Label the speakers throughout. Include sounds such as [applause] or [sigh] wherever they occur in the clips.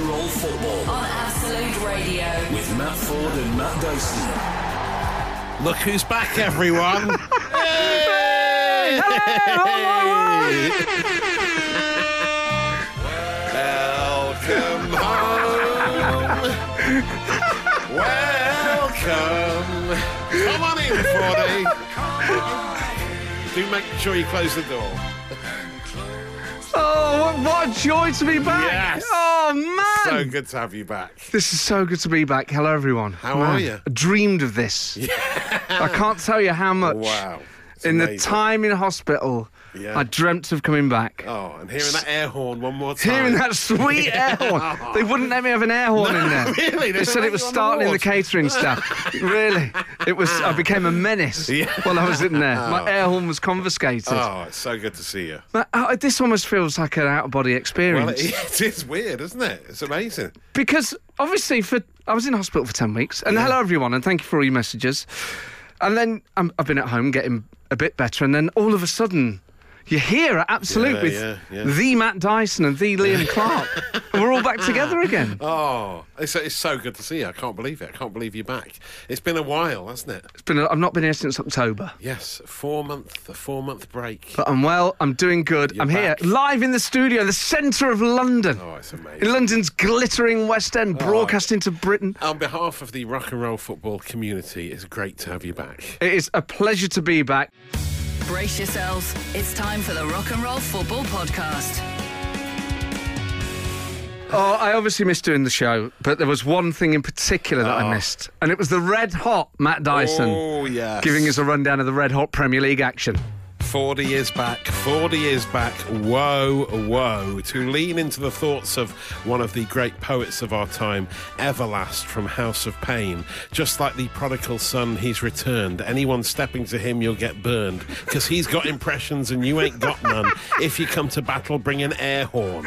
Speaker 1: football
Speaker 2: on Absolute Radio.
Speaker 1: with Matt Ford and Matt Dyson.
Speaker 3: Look who's back, [laughs] everyone. Hey! Welcome home. Welcome. Come on in, Fordy. Do make sure you close the door.
Speaker 4: Oh, what, what a joy to be back!
Speaker 3: Yes.
Speaker 4: Oh man,
Speaker 3: So good to have you back.
Speaker 4: this is so good to be back. Hello, everyone.
Speaker 3: How
Speaker 4: Man,
Speaker 3: are you?
Speaker 4: I dreamed of this. I can't tell you how much.
Speaker 3: Wow. It's
Speaker 4: In the
Speaker 3: amazing.
Speaker 4: time in hospital,
Speaker 3: Yeah.
Speaker 4: I dreamt of coming back.
Speaker 3: Oh, and hearing that air horn one more time.
Speaker 4: Hearing that
Speaker 3: [laughs]
Speaker 4: sweet air horn. They wouldn't let me have an air horn in there.
Speaker 3: really? They
Speaker 4: They,
Speaker 3: don't
Speaker 4: said
Speaker 3: let
Speaker 4: it was
Speaker 3: you on the
Speaker 4: startling the
Speaker 3: wards? [laughs]
Speaker 4: catering staff. really? It was. I became a menace while I was in there. My air horn was confiscated.
Speaker 3: Oh, it's so good to see you.
Speaker 4: But, uh, this almost feels like an out of body experience.
Speaker 3: Well, it, it [laughs] is weird, isn't it? It's amazing.
Speaker 4: because obviously for I was in hospital for 10 weeks and hello everyone and thank you for all your messages and then i I've been at home getting a bit better and then all of a sudden you're here at Absolute
Speaker 3: Yeah,
Speaker 4: with
Speaker 3: yeah, yeah.
Speaker 4: the Matt Dyson and
Speaker 3: [laughs]
Speaker 4: the Liam Clark and we're all back together again
Speaker 3: Oh, it's, it's so good to see you. I can't believe it. I can't believe you're back. It's been a while, hasn't it?
Speaker 4: it's been a, I've not been here since October
Speaker 3: Yes, four month, a four month break.
Speaker 4: but I'm well I'm doing good I'm
Speaker 3: back.
Speaker 4: here live in the studio the centre of London
Speaker 3: Oh, it's Oh,
Speaker 4: in
Speaker 3: amazing.
Speaker 4: London's glittering West End broadcasting to Britain
Speaker 3: On behalf of the rock and roll football community, it's great to have you back.
Speaker 4: it is a pleasure to be back
Speaker 2: Brace yourselves. It's time for the Rock and Roll Football Podcast.
Speaker 4: Oh, I obviously missed doing the show, but there was one thing in particular that I missed, and it was the red hot Matt Dyson
Speaker 3: Oh, yes.
Speaker 4: giving us a rundown of the red hot Premier League action.
Speaker 3: 40 years back, 40 years back, woe, woe, to lean into the thoughts of one of the great poets of our time, Everlast from House of Pain. Just like the prodigal son, he's returned. Anyone stepping to him, you'll get burned, because he's got impressions and you ain't got none. If you come to battle, bring an air horn.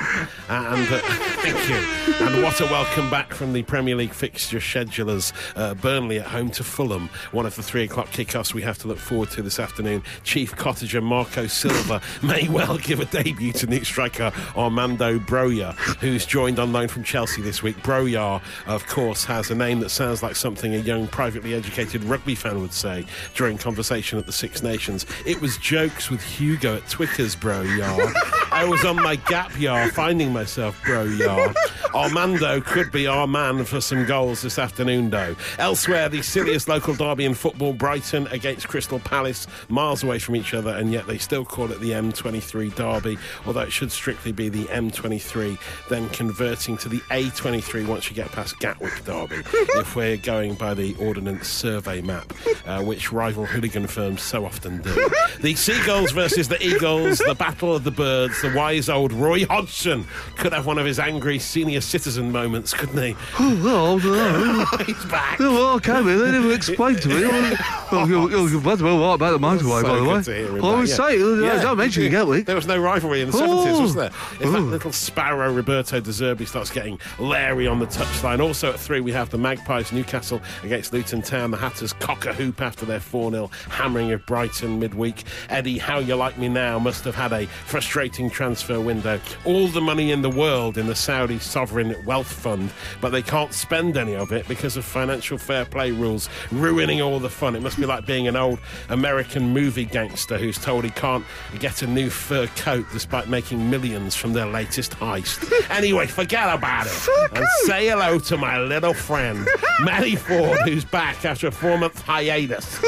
Speaker 3: And uh, [laughs] thank you. And what a welcome back from the Premier League fixture schedulers. Uh, Burnley at home to Fulham, one of the three o'clock kickoffs we have to look forward to this afternoon. Chief cottager Marco Silva [laughs] may well give a debut to new striker Armando Broya, who's joined on loan from Chelsea this week. Broya, of course, has a name that sounds like something a young, privately educated rugby fan would say during conversation at the Six Nations. It was jokes with Hugo at Twickers, bro, yar. [laughs] I was on my gap, yar, finding myself, bro, yar. Armando could be our man for some goals this afternoon, though. Elsewhere, the silliest local derby in football, Brighton against Crystal Palace, miles away from each other, and yet they still call it the M23 derby, although it should strictly be the M23, then converting to the A23 once you get past Gatwick derby, if we're going by the Ordnance Survey map, uh, which rival hooligan firms so often do. The Seagulls versus the Eagles, the Battle of the Birds, the wise old Roy Hodgson could have one of his angry senior citizen moments, couldn't he? [laughs]
Speaker 4: Oh, oh,
Speaker 3: He's back.
Speaker 4: oh, okay, well, then you explain to me.
Speaker 3: [laughs]
Speaker 4: Oh, you- you- you- by the way, what about the motorway,
Speaker 3: So
Speaker 4: by the
Speaker 3: good
Speaker 4: way?
Speaker 3: to hear him
Speaker 4: I always
Speaker 3: back, yeah.
Speaker 4: say, oh,
Speaker 3: Yeah.
Speaker 4: don't mention the Gatwick.
Speaker 3: There was no rivalry in the 70s,
Speaker 4: Oh.
Speaker 3: was there? In fact,
Speaker 4: Ooh.
Speaker 3: little sparrow Roberto De Zerbi starts getting Larry on the touchline. Also at three, we have the Magpies Newcastle against Luton Town. The Hatters cock a hoop after their 4 0 hammering of Brighton midweek. Eddie, how you like me now, must have had a frustrating transfer window. All the money in the world in the Saudi Sovereign Wealth Fund, but they can't spend any of it because of financial fair play rules, ruining all the fun. It must be like being an old American movie gangster who's told he can't get a new fur coat despite making millions from their latest
Speaker 4: [laughs]
Speaker 3: heist. anyway, forget about it and say hello to my little
Speaker 4: [laughs]
Speaker 3: friend, Matty Ford, who's back after a four month
Speaker 4: [laughs]
Speaker 3: hiatus.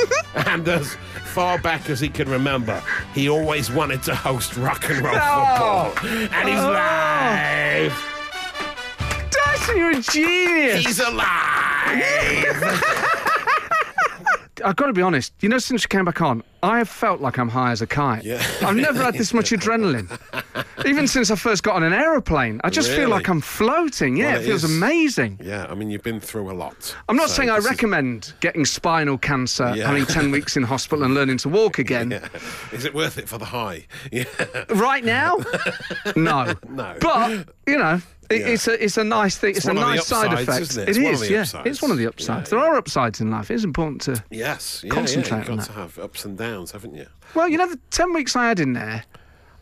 Speaker 3: and as far back as he can remember, he always wanted to host rock and roll
Speaker 4: No. Oh.
Speaker 3: football. And he's live!
Speaker 4: [laughs] Dyson, you're a genius.
Speaker 3: He's
Speaker 4: [laughs]
Speaker 3: alive!
Speaker 4: I've got to be honest, you know, since you came back on, I have felt like I'm high as a kite.
Speaker 3: Yeah.
Speaker 4: I've never had this much
Speaker 3: [laughs]
Speaker 4: adrenaline. Even since I first got on an aeroplane, I just feel
Speaker 3: Really?
Speaker 4: like I'm floating. Yeah,
Speaker 3: Well,
Speaker 4: it
Speaker 3: it
Speaker 4: feels
Speaker 3: is.
Speaker 4: amazing.
Speaker 3: yeah, I mean, you've been through a lot.
Speaker 4: I'm not
Speaker 3: So
Speaker 4: saying I
Speaker 3: this is-
Speaker 4: recommend getting spinal cancer,
Speaker 3: Yeah.
Speaker 4: having 10 weeks in hospital and learning to walk again.
Speaker 3: Yeah. Is it worth it for the high? [laughs] Yeah. [laughs]
Speaker 4: Right now? no.
Speaker 3: No.
Speaker 4: But, you know, it,
Speaker 3: Yeah.
Speaker 4: it's, a, it's a nice thing. It's, a
Speaker 3: one of the
Speaker 4: nice side
Speaker 3: upsides,
Speaker 4: effect.
Speaker 3: isn't it?
Speaker 4: It
Speaker 3: It's one of
Speaker 4: is,
Speaker 3: the
Speaker 4: yeah.
Speaker 3: upsides.
Speaker 4: It's one of the upsides. There are upsides in life. It is important to.
Speaker 3: Yes. Yeah,
Speaker 4: Concentrate
Speaker 3: yeah.
Speaker 4: on
Speaker 3: You've got
Speaker 4: that.
Speaker 3: to have ups and downs, haven't you?
Speaker 4: Well, you know, the 10 weeks I had in there,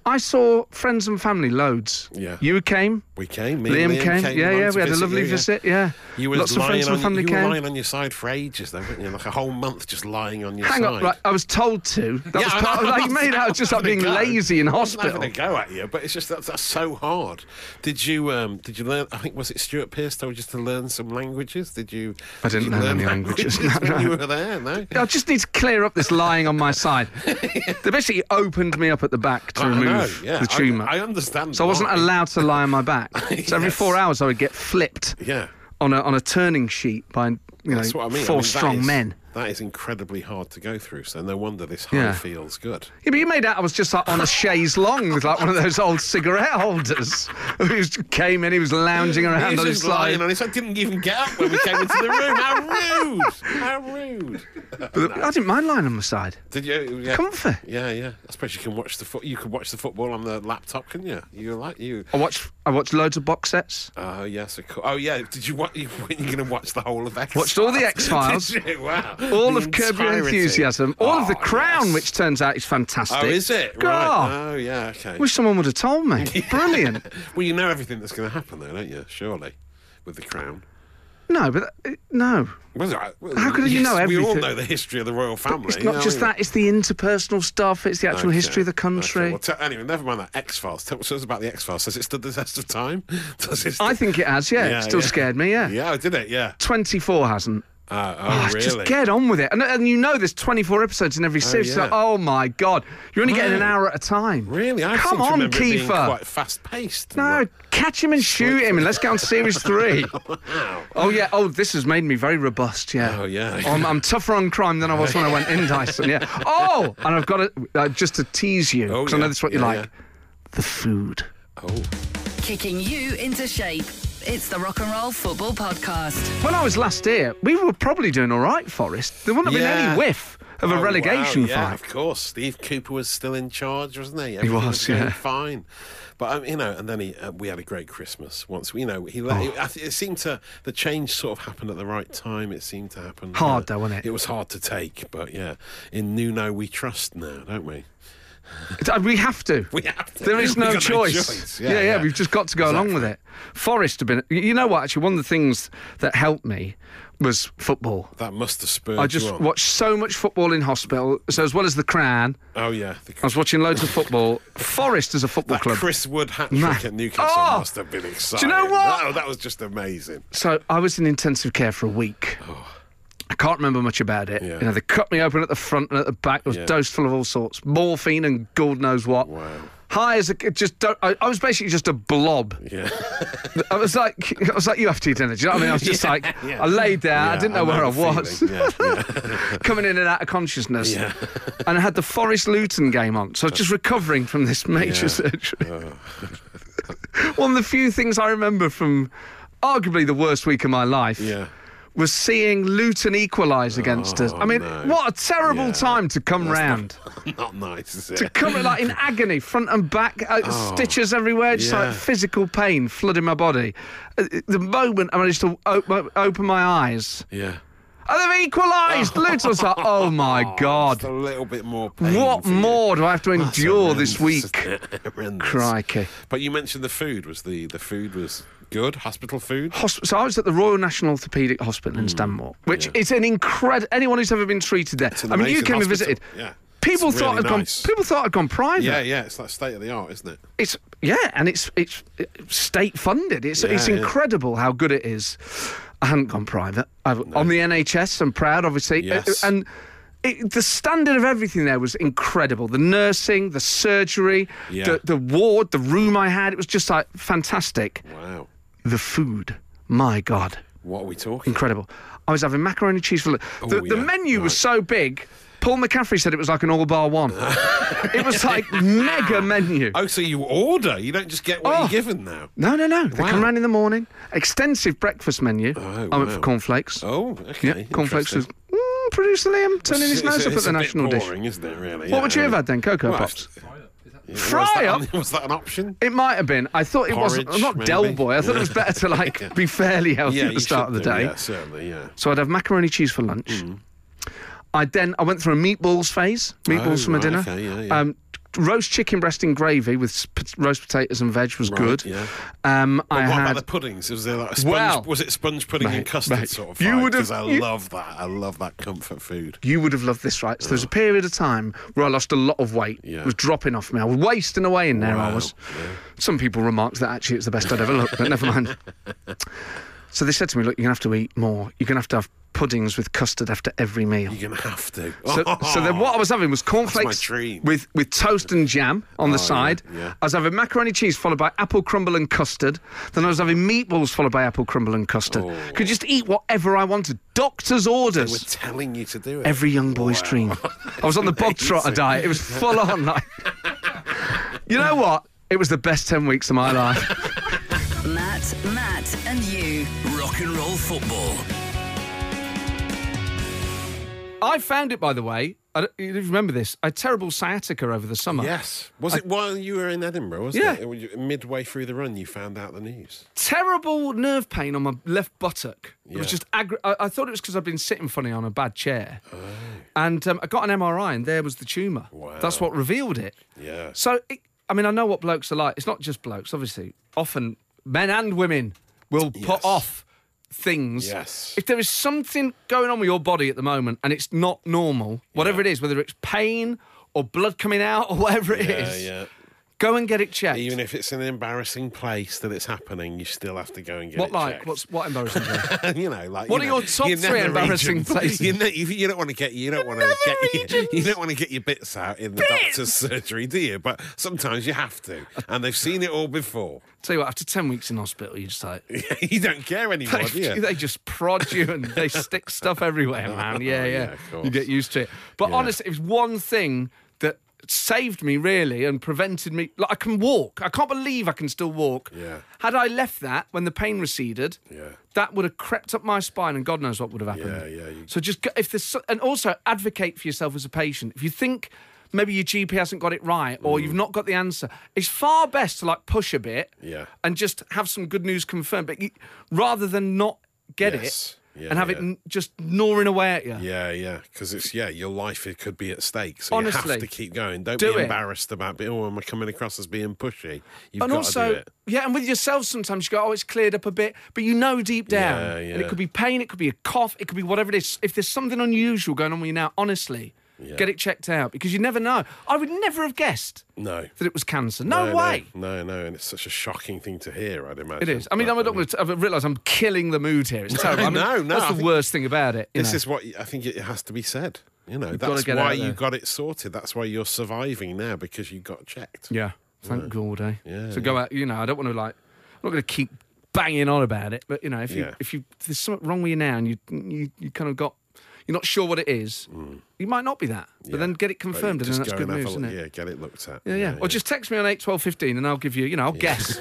Speaker 4: I saw friends and family loads.
Speaker 3: Yeah.
Speaker 4: You came.
Speaker 3: We came. me and
Speaker 4: Liam, came. Yeah,
Speaker 3: along
Speaker 4: yeah.
Speaker 3: to
Speaker 4: We had a
Speaker 3: visit
Speaker 4: lovely
Speaker 3: you, yeah.
Speaker 4: visit. Yeah.
Speaker 3: You were
Speaker 4: Lots of
Speaker 3: lying
Speaker 4: friends
Speaker 3: on,
Speaker 4: and family
Speaker 3: you were lying
Speaker 4: came.
Speaker 3: on your side for ages, though, weren't you? Like a whole month just lying on your
Speaker 4: Hang
Speaker 3: side.
Speaker 4: on, right, I was told to. That
Speaker 3: Yeah,
Speaker 4: was
Speaker 3: I
Speaker 4: part
Speaker 3: [laughs]
Speaker 4: of,
Speaker 3: know, I
Speaker 4: like,
Speaker 3: was-
Speaker 4: made
Speaker 3: I
Speaker 4: out
Speaker 3: was
Speaker 4: just
Speaker 3: having
Speaker 4: like
Speaker 3: a
Speaker 4: being
Speaker 3: go.
Speaker 4: lazy in
Speaker 3: I wasn't
Speaker 4: hospital.
Speaker 3: Having a go at you, but it's just that's, that's so hard. Did you um, did you learn? I think was it Stuart Pearce told you to learn some languages? Did you?
Speaker 4: I didn't
Speaker 3: did you
Speaker 4: learn
Speaker 3: learn [laughs]
Speaker 4: any languages, no,
Speaker 3: when
Speaker 4: no.
Speaker 3: you were there. No.
Speaker 4: I just need to clear up this lying on my side.
Speaker 3: [laughs]
Speaker 4: They basically opened me up at the back to
Speaker 3: I
Speaker 4: remove
Speaker 3: know, yeah.
Speaker 4: the
Speaker 3: I-
Speaker 4: tumour.
Speaker 3: I understand
Speaker 4: So I wasn't
Speaker 3: why.
Speaker 4: allowed to lie on
Speaker 3: [laughs]
Speaker 4: my back. So every
Speaker 3: Yes.
Speaker 4: four hours I would get flipped
Speaker 3: Yeah.
Speaker 4: on a on a turning sheet by you know
Speaker 3: That's what I mean. I
Speaker 4: four
Speaker 3: mean, that
Speaker 4: strong
Speaker 3: is-
Speaker 4: men.
Speaker 3: That is incredibly hard to go through. So no wonder this high
Speaker 4: Yeah.
Speaker 3: feels good.
Speaker 4: Yeah, but you made out I was just like on a chaise longue with like one of those old cigarette holders [laughs] who just came in, he was lounging around
Speaker 3: He was
Speaker 4: on his
Speaker 3: just lying
Speaker 4: side.
Speaker 3: on his. I didn't even get up when we came into the room. How rude! How rude!
Speaker 4: But I didn't mind lying on my side.
Speaker 3: Did you? Yeah.
Speaker 4: Comfort.
Speaker 3: Yeah, yeah. I suppose you can watch the foot. You can watch the football on the laptop, can you? You like you?
Speaker 4: I watched I watched loads of box sets.
Speaker 3: Oh yes, of course. Oh yeah. Did you watch? You, [laughs] when you're going to watch the whole of X?
Speaker 4: Watched
Speaker 3: [laughs]
Speaker 4: all the X-Files.
Speaker 3: Did you? Wow.
Speaker 4: All
Speaker 3: The
Speaker 4: of Curb Your
Speaker 3: entirety.
Speaker 4: Enthusiasm, all of The
Speaker 3: Oh,
Speaker 4: Crown,
Speaker 3: yes.
Speaker 4: which turns out is fantastic.
Speaker 3: Oh, is it?
Speaker 4: God.
Speaker 3: Right. Oh yeah. Okay.
Speaker 4: Wish someone would have told
Speaker 3: [laughs]
Speaker 4: me. Brilliant.
Speaker 3: Well, you know everything that's going to happen, though, don't you? Surely, with the Crown.
Speaker 4: No, but uh, no.
Speaker 3: Was it? uh, Well,
Speaker 4: How could you know
Speaker 3: We all
Speaker 4: everything?
Speaker 3: know the history of the royal family.
Speaker 4: It's not
Speaker 3: you know
Speaker 4: just
Speaker 3: what I mean?
Speaker 4: that, it's the interpersonal stuff, it's the actual
Speaker 3: Okay.
Speaker 4: history of the
Speaker 3: Okay,
Speaker 4: country.
Speaker 3: Well, t- anyway, never mind that. X Files. Tell us about the X Files. Has it stood the test of time? [laughs] Does it?
Speaker 4: I think it has, yeah.
Speaker 3: Yeah,
Speaker 4: it still
Speaker 3: yeah.
Speaker 4: scared me, yeah.
Speaker 3: Yeah, did it? Yeah.
Speaker 4: 24 hasn't.
Speaker 3: Uh,
Speaker 4: Oh,
Speaker 3: oh, really?
Speaker 4: Just get on with it. And, and you know there's 24 episodes in every series.
Speaker 3: yeah.
Speaker 4: So, oh my God. You're only getting an
Speaker 3: Right.
Speaker 4: hour at a time.
Speaker 3: Really? I seem
Speaker 4: Come
Speaker 3: to
Speaker 4: on,
Speaker 3: remember it being
Speaker 4: Kiefer.
Speaker 3: quite fast paced.
Speaker 4: No, catch him and shoot him, and let's get
Speaker 3: [laughs]
Speaker 4: on series three. Oh yeah. Oh, this has made me very robust. Yeah.
Speaker 3: Oh, yeah.
Speaker 4: [laughs] I'm, I'm tougher on crime than I was when I went in Dyson.
Speaker 3: [laughs]
Speaker 4: Yeah. Oh, and I've got to, uh, just to tease you
Speaker 3: Oh,
Speaker 4: because I
Speaker 3: yeah,
Speaker 4: know this is what you
Speaker 3: yeah,
Speaker 4: like. The food.
Speaker 3: Oh,
Speaker 2: Kicking you into shape. It's the Rock and Roll Football Podcast.
Speaker 4: When I was last here, we were probably doing all right, Forrest. There wouldn't have been
Speaker 3: Yeah.
Speaker 4: any whiff of a
Speaker 3: Oh,
Speaker 4: relegation
Speaker 3: wow, yeah,
Speaker 4: fight.
Speaker 3: Of course, Steve Cooper was still in charge, wasn't he? Everything
Speaker 4: was,
Speaker 3: going
Speaker 4: yeah.
Speaker 3: Fine, but um, you know, and then he, uh, we had a great Christmas. Once you know, he,
Speaker 4: Oh.
Speaker 3: let, I th- it seemed to the change sort of happened at the right time. It seemed to happen
Speaker 4: Hard, though, wasn't it?
Speaker 3: It was hard to take, but yeah, in Nuno we trust now, don't we? [laughs]
Speaker 4: It's- uh, We have to.
Speaker 3: We have to.
Speaker 4: [laughs] There is
Speaker 3: We've
Speaker 4: no
Speaker 3: got
Speaker 4: choice. Yeah, yeah, We've just got to go along with it. Forrest have been. You know what? Actually, one of the things that helped me was football.
Speaker 3: That must have spurred
Speaker 4: I
Speaker 3: you
Speaker 4: just
Speaker 3: on.
Speaker 4: watched so much football in hospital. So as well as the Crown,
Speaker 3: oh yeah, the,
Speaker 4: I was watching loads of
Speaker 3: [laughs]
Speaker 4: football. Forest as a football
Speaker 3: that
Speaker 4: club.
Speaker 3: Chris Wood hat
Speaker 4: Nah.
Speaker 3: trick at Newcastle
Speaker 4: Oh!
Speaker 3: must have been exciting.
Speaker 4: know what?
Speaker 3: That, that was just amazing.
Speaker 4: So I was in intensive care for a week. I can't remember much about it.
Speaker 3: Oh. Yeah.
Speaker 4: You know, they cut me open at the front and at the back. I was
Speaker 3: Yeah.
Speaker 4: dosed full of all sorts, morphine and God knows what.
Speaker 3: Wow.
Speaker 4: High as a just. Don't, I, I was basically just a blob.
Speaker 3: Yeah.
Speaker 4: I was like, [laughs] I was like, you have to eat dinner. Do you know what I mean? I was just like,
Speaker 3: [laughs] yeah.
Speaker 4: I laid there. I
Speaker 3: Yeah,
Speaker 4: didn't know where I
Speaker 3: the
Speaker 4: was.
Speaker 3: feeling. Yeah, yeah. [laughs]
Speaker 4: Coming in and out of consciousness.
Speaker 3: Yeah.
Speaker 4: [laughs] and I had the Forest Luton game on. So I was just recovering from this
Speaker 3: Yeah.
Speaker 4: major
Speaker 3: Oh.
Speaker 4: surgery. [laughs] One of the few things I remember from arguably the worst week of my life
Speaker 3: Yeah. Oh,
Speaker 4: was seeing Luton equalise against us. I mean,
Speaker 3: no.
Speaker 4: what a terrible
Speaker 3: Yeah.
Speaker 4: time to come round.
Speaker 3: [laughs] Not nice, is it? [laughs]
Speaker 4: Come like in agony, front and back, uh, stitches everywhere, just
Speaker 3: Oh. yeah.
Speaker 4: like physical pain flooding my body. Uh, the moment I managed to op- open my eyes,
Speaker 3: yeah.
Speaker 4: and they've equalised. Luton was like, oh
Speaker 3: [laughs]
Speaker 4: my
Speaker 3: Just a
Speaker 4: god,
Speaker 3: little bit more pain
Speaker 4: what
Speaker 3: for you.
Speaker 4: more do I have to
Speaker 3: That's
Speaker 4: endure this
Speaker 3: horrendous,
Speaker 4: week?
Speaker 3: isn't it? [laughs] Horrendous.
Speaker 4: Crikey.
Speaker 3: But you mentioned the food. Was the, the food was good? Hospital
Speaker 4: [gasps]
Speaker 3: food?
Speaker 4: Hos- So I was at the Royal National Orthopaedic Hospital in
Speaker 3: Mm.
Speaker 4: Stanmore, which is an incredible. Anyone who's ever been treated there,
Speaker 3: an
Speaker 4: I mean, you
Speaker 3: amazing
Speaker 4: came and
Speaker 3: hospital.
Speaker 4: visited.
Speaker 3: Yeah.
Speaker 4: People
Speaker 3: It's
Speaker 4: thought
Speaker 3: really
Speaker 4: I'd gone.
Speaker 3: nice.
Speaker 4: People thought I'd gone private.
Speaker 3: Yeah, yeah. It's like state of the art, isn't it?
Speaker 4: It's yeah, and it's it's state funded. It's it's
Speaker 3: yeah.
Speaker 4: incredible how good it is. I haven't gone private. I've, On the NHS, I'm proud, obviously, Uh,
Speaker 3: Yes.
Speaker 4: and. It, the standard of everything there was incredible. The nursing, the surgery,
Speaker 3: Yeah.
Speaker 4: the, the ward, the room I had, it was just like fantastic.
Speaker 3: Wow.
Speaker 4: The food, my God,
Speaker 3: What are we talking?
Speaker 4: incredible. I was having macaroni and cheese for the, the,
Speaker 3: Oh, yeah,
Speaker 4: menu was
Speaker 3: right.
Speaker 4: so big. Paul McCaffrey said it was like an all bar
Speaker 3: [laughs]
Speaker 4: one. it was like mega menu.
Speaker 3: Oh, so you order. You don't just get what
Speaker 4: Oh.
Speaker 3: you're given now.
Speaker 4: No, no, no. They come
Speaker 3: Wow.
Speaker 4: round in the morning. Extensive breakfast menu.
Speaker 3: Oh,
Speaker 4: I
Speaker 3: wow.
Speaker 4: went for cornflakes.
Speaker 3: Oh,
Speaker 4: yeah,
Speaker 3: okay.
Speaker 4: cornflakes was
Speaker 3: interesting.
Speaker 4: mm, producer Liam turning
Speaker 3: It's-
Speaker 4: his
Speaker 3: it's-
Speaker 4: nose up at
Speaker 3: it's
Speaker 4: the
Speaker 3: a bit
Speaker 4: national dish.
Speaker 3: boring, isn't it, really?
Speaker 4: What would you have had then? Cocoa
Speaker 3: Well,
Speaker 4: pops.
Speaker 3: I've- was
Speaker 4: Fry
Speaker 3: that
Speaker 4: up.
Speaker 3: an- was that an option?
Speaker 4: It might have been. I thought it wasn't. I'm
Speaker 3: Porridge,
Speaker 4: not Del
Speaker 3: maybe?
Speaker 4: Boy. I thought it was better
Speaker 3: [laughs]
Speaker 4: to like be fairly healthy [laughs] at the
Speaker 3: you
Speaker 4: start of
Speaker 3: should do,
Speaker 4: the
Speaker 3: Mm.
Speaker 4: day.
Speaker 3: Yeah, certainly, yeah.
Speaker 4: So I'd have macaroni cheese for lunch. I then I went through a meatballs phase. Meatballs for my
Speaker 3: right,
Speaker 4: dinner.
Speaker 3: Oh, okay, yeah, yeah.
Speaker 4: Um, roast chicken breast in gravy with s- pot- roast potatoes and veg was
Speaker 3: Right,
Speaker 4: good.
Speaker 3: yeah.
Speaker 4: Um, I
Speaker 3: But what
Speaker 4: had
Speaker 3: about the puddings? Was there like a sponge?
Speaker 4: Well-
Speaker 3: was it sponge pudding and
Speaker 4: Mate,
Speaker 3: custard
Speaker 4: mate,
Speaker 3: sort of?
Speaker 4: you
Speaker 3: vibe?
Speaker 4: would have-
Speaker 3: 'Cause I
Speaker 4: you-
Speaker 3: love that. I love that comfort food.
Speaker 4: you would have loved this, right? So there was a period of time where I lost a lot of weight.
Speaker 3: Yeah.
Speaker 4: It was dropping off me. I was wasting away in there. I
Speaker 3: Wow,
Speaker 4: was. Some people remarked that actually it's the best I'd ever looked, but
Speaker 3: [laughs]
Speaker 4: never mind. So they said to me, look, you're going to have to eat more. You're going to have to have puddings with custard after every meal.
Speaker 3: You're gonna have to. Oh,
Speaker 4: So, so then what I was having
Speaker 3: [laughs]
Speaker 4: was cornflakes
Speaker 3: dream.
Speaker 4: with, with toast and jam on the
Speaker 3: Oh, yeah,
Speaker 4: side.
Speaker 3: yeah.
Speaker 4: I was having macaroni cheese followed by apple crumble and custard. Then I was having meatballs followed by apple crumble and custard.
Speaker 3: Oh.
Speaker 4: Could just eat whatever I wanted. Doctor's orders.
Speaker 3: We're telling you to do it.
Speaker 4: Every young boy's
Speaker 3: Wow. [laughs]
Speaker 4: dream. I was on the bog trotter diet. It was full on. Like, you know what? It was the best 10 weeks of
Speaker 3: [laughs]
Speaker 4: my life.
Speaker 2: Matt, Matt, and you.
Speaker 1: Rock and roll football.
Speaker 4: I found it, by the way. I don't, you remember this. I had terrible sciatica over the summer.
Speaker 3: Yes. Was it while you were in Edinburgh? Wasn't
Speaker 4: Yeah.
Speaker 3: it? When you- Midway through the run, you found out the news.
Speaker 4: Terrible nerve pain on my left buttock. It was
Speaker 3: Yeah.
Speaker 4: just aggra- I, I thought it was because I'd been sitting funny on a bad chair.
Speaker 3: Oh.
Speaker 4: And um, I got an MRI, and there was the tumour.
Speaker 3: Wow.
Speaker 4: That's what revealed it.
Speaker 3: Yeah.
Speaker 4: So, it, I mean, I know what blokes are like. It's not just blokes, obviously. Often men and women will
Speaker 3: Yes.
Speaker 4: put off things.
Speaker 3: Yes.
Speaker 4: If there is something going on with your body at the moment and it's not normal, whatever it is, whether it's pain or blood coming out or whatever it is,
Speaker 3: Yeah, yeah.
Speaker 4: go and get it checked.
Speaker 3: Even if it's an embarrassing place that it's happening, you still have to go and get
Speaker 4: what
Speaker 3: it
Speaker 4: like?
Speaker 3: checked.
Speaker 4: What's what embarrassing? thing?
Speaker 3: [laughs] you know, like
Speaker 4: What
Speaker 3: you
Speaker 4: are
Speaker 3: know,
Speaker 4: your top
Speaker 3: you
Speaker 4: three
Speaker 3: nether
Speaker 4: embarrassing
Speaker 3: regions.
Speaker 4: places?
Speaker 3: You, know, you, you don't want to get you don't want to get your, you don't want to get your bits out in the doctor's surgery, do you? But sometimes you have to, and they've seen it all before.
Speaker 4: [laughs]
Speaker 3: [laughs]
Speaker 4: Tell you what, after ten weeks in hospital, you just like
Speaker 3: you don't care anymore, do you?
Speaker 4: they just prod you
Speaker 3: [laughs]
Speaker 4: and they stick stuff everywhere, man.
Speaker 3: Yeah,
Speaker 4: Yeah, yeah.
Speaker 3: of course.
Speaker 4: you get used to it. But honestly, it was one thing that saved me really and prevented me. Like I can walk. I can't believe I can still walk.
Speaker 3: Yeah.
Speaker 4: Had I left that when the pain receded,
Speaker 3: Yeah.
Speaker 4: that would have crept up my spine, and God knows what would have happened.
Speaker 3: Yeah, yeah, you-
Speaker 4: So just go- if there's so- and also advocate for yourself as a patient. If you think maybe your GP hasn't got it right
Speaker 3: Mm.
Speaker 4: or you've not got the answer, it's far best to like push a bit
Speaker 3: Yeah.
Speaker 4: and just have some good news confirmed. But you, rather than not get
Speaker 3: Yes.
Speaker 4: it
Speaker 3: Yeah,
Speaker 4: and have it
Speaker 3: yeah.
Speaker 4: n- just gnawing away at you.
Speaker 3: Yeah, yeah, because it's yeah, your life it could be at stake. So you
Speaker 4: Honestly.
Speaker 3: have to keep going. Don't
Speaker 4: Do
Speaker 3: be
Speaker 4: it.
Speaker 3: embarrassed about being. Oh, am I coming across as being pushy? You've
Speaker 4: And
Speaker 3: got to do
Speaker 4: also,
Speaker 3: it.
Speaker 4: yeah, and with yourself, sometimes you go, oh, it's cleared up a bit, but you know deep down.
Speaker 3: Yeah,
Speaker 4: And it
Speaker 3: yeah.
Speaker 4: could be pain, it could be a cough, it could be whatever it is. If there's something unusual going on with you now, honestly, get it checked out because you never know. I would never have guessed
Speaker 3: No.
Speaker 4: that it was cancer. No,
Speaker 3: no,
Speaker 4: way.
Speaker 3: No, no, and it's such a shocking thing to hear. I'd imagine
Speaker 4: It is. I mean,
Speaker 3: But,
Speaker 4: I'm not going to realise I'm killing the mood here. It's terrible. I mean,
Speaker 3: No, no, [laughs] I
Speaker 4: That's the
Speaker 3: think-
Speaker 4: worst thing about it. you
Speaker 3: This
Speaker 4: know.
Speaker 3: is what I think it has to be said. You know,
Speaker 4: gotta
Speaker 3: that's
Speaker 4: get
Speaker 3: why
Speaker 4: out
Speaker 3: you
Speaker 4: there.
Speaker 3: got it sorted. That's why you're surviving now because you got checked.
Speaker 4: Yeah. Thank God, eh?
Speaker 3: Yeah,
Speaker 4: So go out. You know, I don't want to like. I'm not going to keep banging on about it, but you know, if you
Speaker 3: Yeah.
Speaker 4: if you if there's something wrong with you now and you you, you kind of got you're not sure what it is, you might not be that, but then get
Speaker 3: Mm.
Speaker 4: it
Speaker 3: But you
Speaker 4: confirmed and then
Speaker 3: just
Speaker 4: that's
Speaker 3: go
Speaker 4: good
Speaker 3: and have
Speaker 4: news,
Speaker 3: a
Speaker 4: isn't
Speaker 3: look-
Speaker 4: it?
Speaker 3: Yeah, get it looked at.
Speaker 4: Yeah, yeah. Or just text me on eight twelve fifteen, and I'll give you, you know, I'll
Speaker 3: [laughs]
Speaker 4: guess.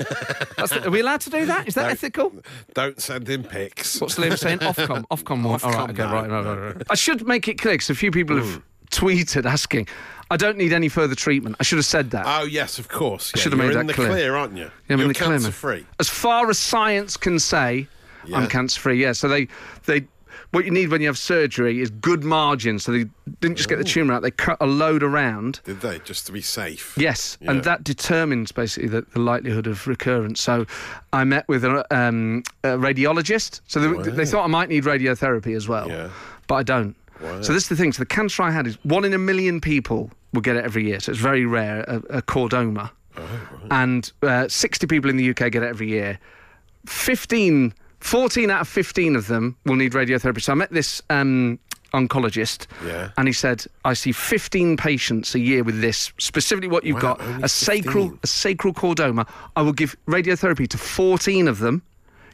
Speaker 4: That's the, are we allowed to do that? Is that
Speaker 3: No.
Speaker 4: ethical?
Speaker 3: Don't send in pics.
Speaker 4: What's Liam saying? Ofcom. Ofcom want. All right,
Speaker 3: Ofcom,
Speaker 4: okay,
Speaker 3: no,
Speaker 4: right, no,
Speaker 3: no. Mm.
Speaker 4: no, no. I should make it clear because a few people have tweeted asking, I don't need any further treatment. I should have said that.
Speaker 3: Oh yes, of course. Yeah,
Speaker 4: Should have
Speaker 3: you're
Speaker 4: made
Speaker 3: in
Speaker 4: that
Speaker 3: the
Speaker 4: clear.
Speaker 3: aren't you?
Speaker 4: Yeah, I'm
Speaker 3: you're
Speaker 4: in the clear, man.
Speaker 3: cancer free.
Speaker 4: As far as science can say,
Speaker 3: Yeah.
Speaker 4: I'm cancer free. Yeah. So they, they, what you need when you have surgery is good margin. So they didn't just get the tumour out; they cut a load around.
Speaker 3: Did they just to be safe?
Speaker 4: Yes,
Speaker 3: Yeah.
Speaker 4: and that determines basically the, the likelihood of recurrence. So I met with a, um, a radiologist. So they, they thought I might need radiotherapy as well,
Speaker 3: Yeah.
Speaker 4: but I don't. So this is the thing. So the cancer I had is one in a million people will get it every year. So it's very rare, a, a chordoma.
Speaker 3: Oh,
Speaker 4: And uh, 60 people in the UK get it every year. 15, 14 out of 15 of them will need radiotherapy. So I met this um, oncologist,
Speaker 3: Yeah.
Speaker 4: and he said, I see 15 patients a year with this, specifically what you've
Speaker 3: Wow,
Speaker 4: got
Speaker 3: only
Speaker 4: a sacral,
Speaker 3: 15.
Speaker 4: a sacral chordoma. I will give radiotherapy to 14 of them.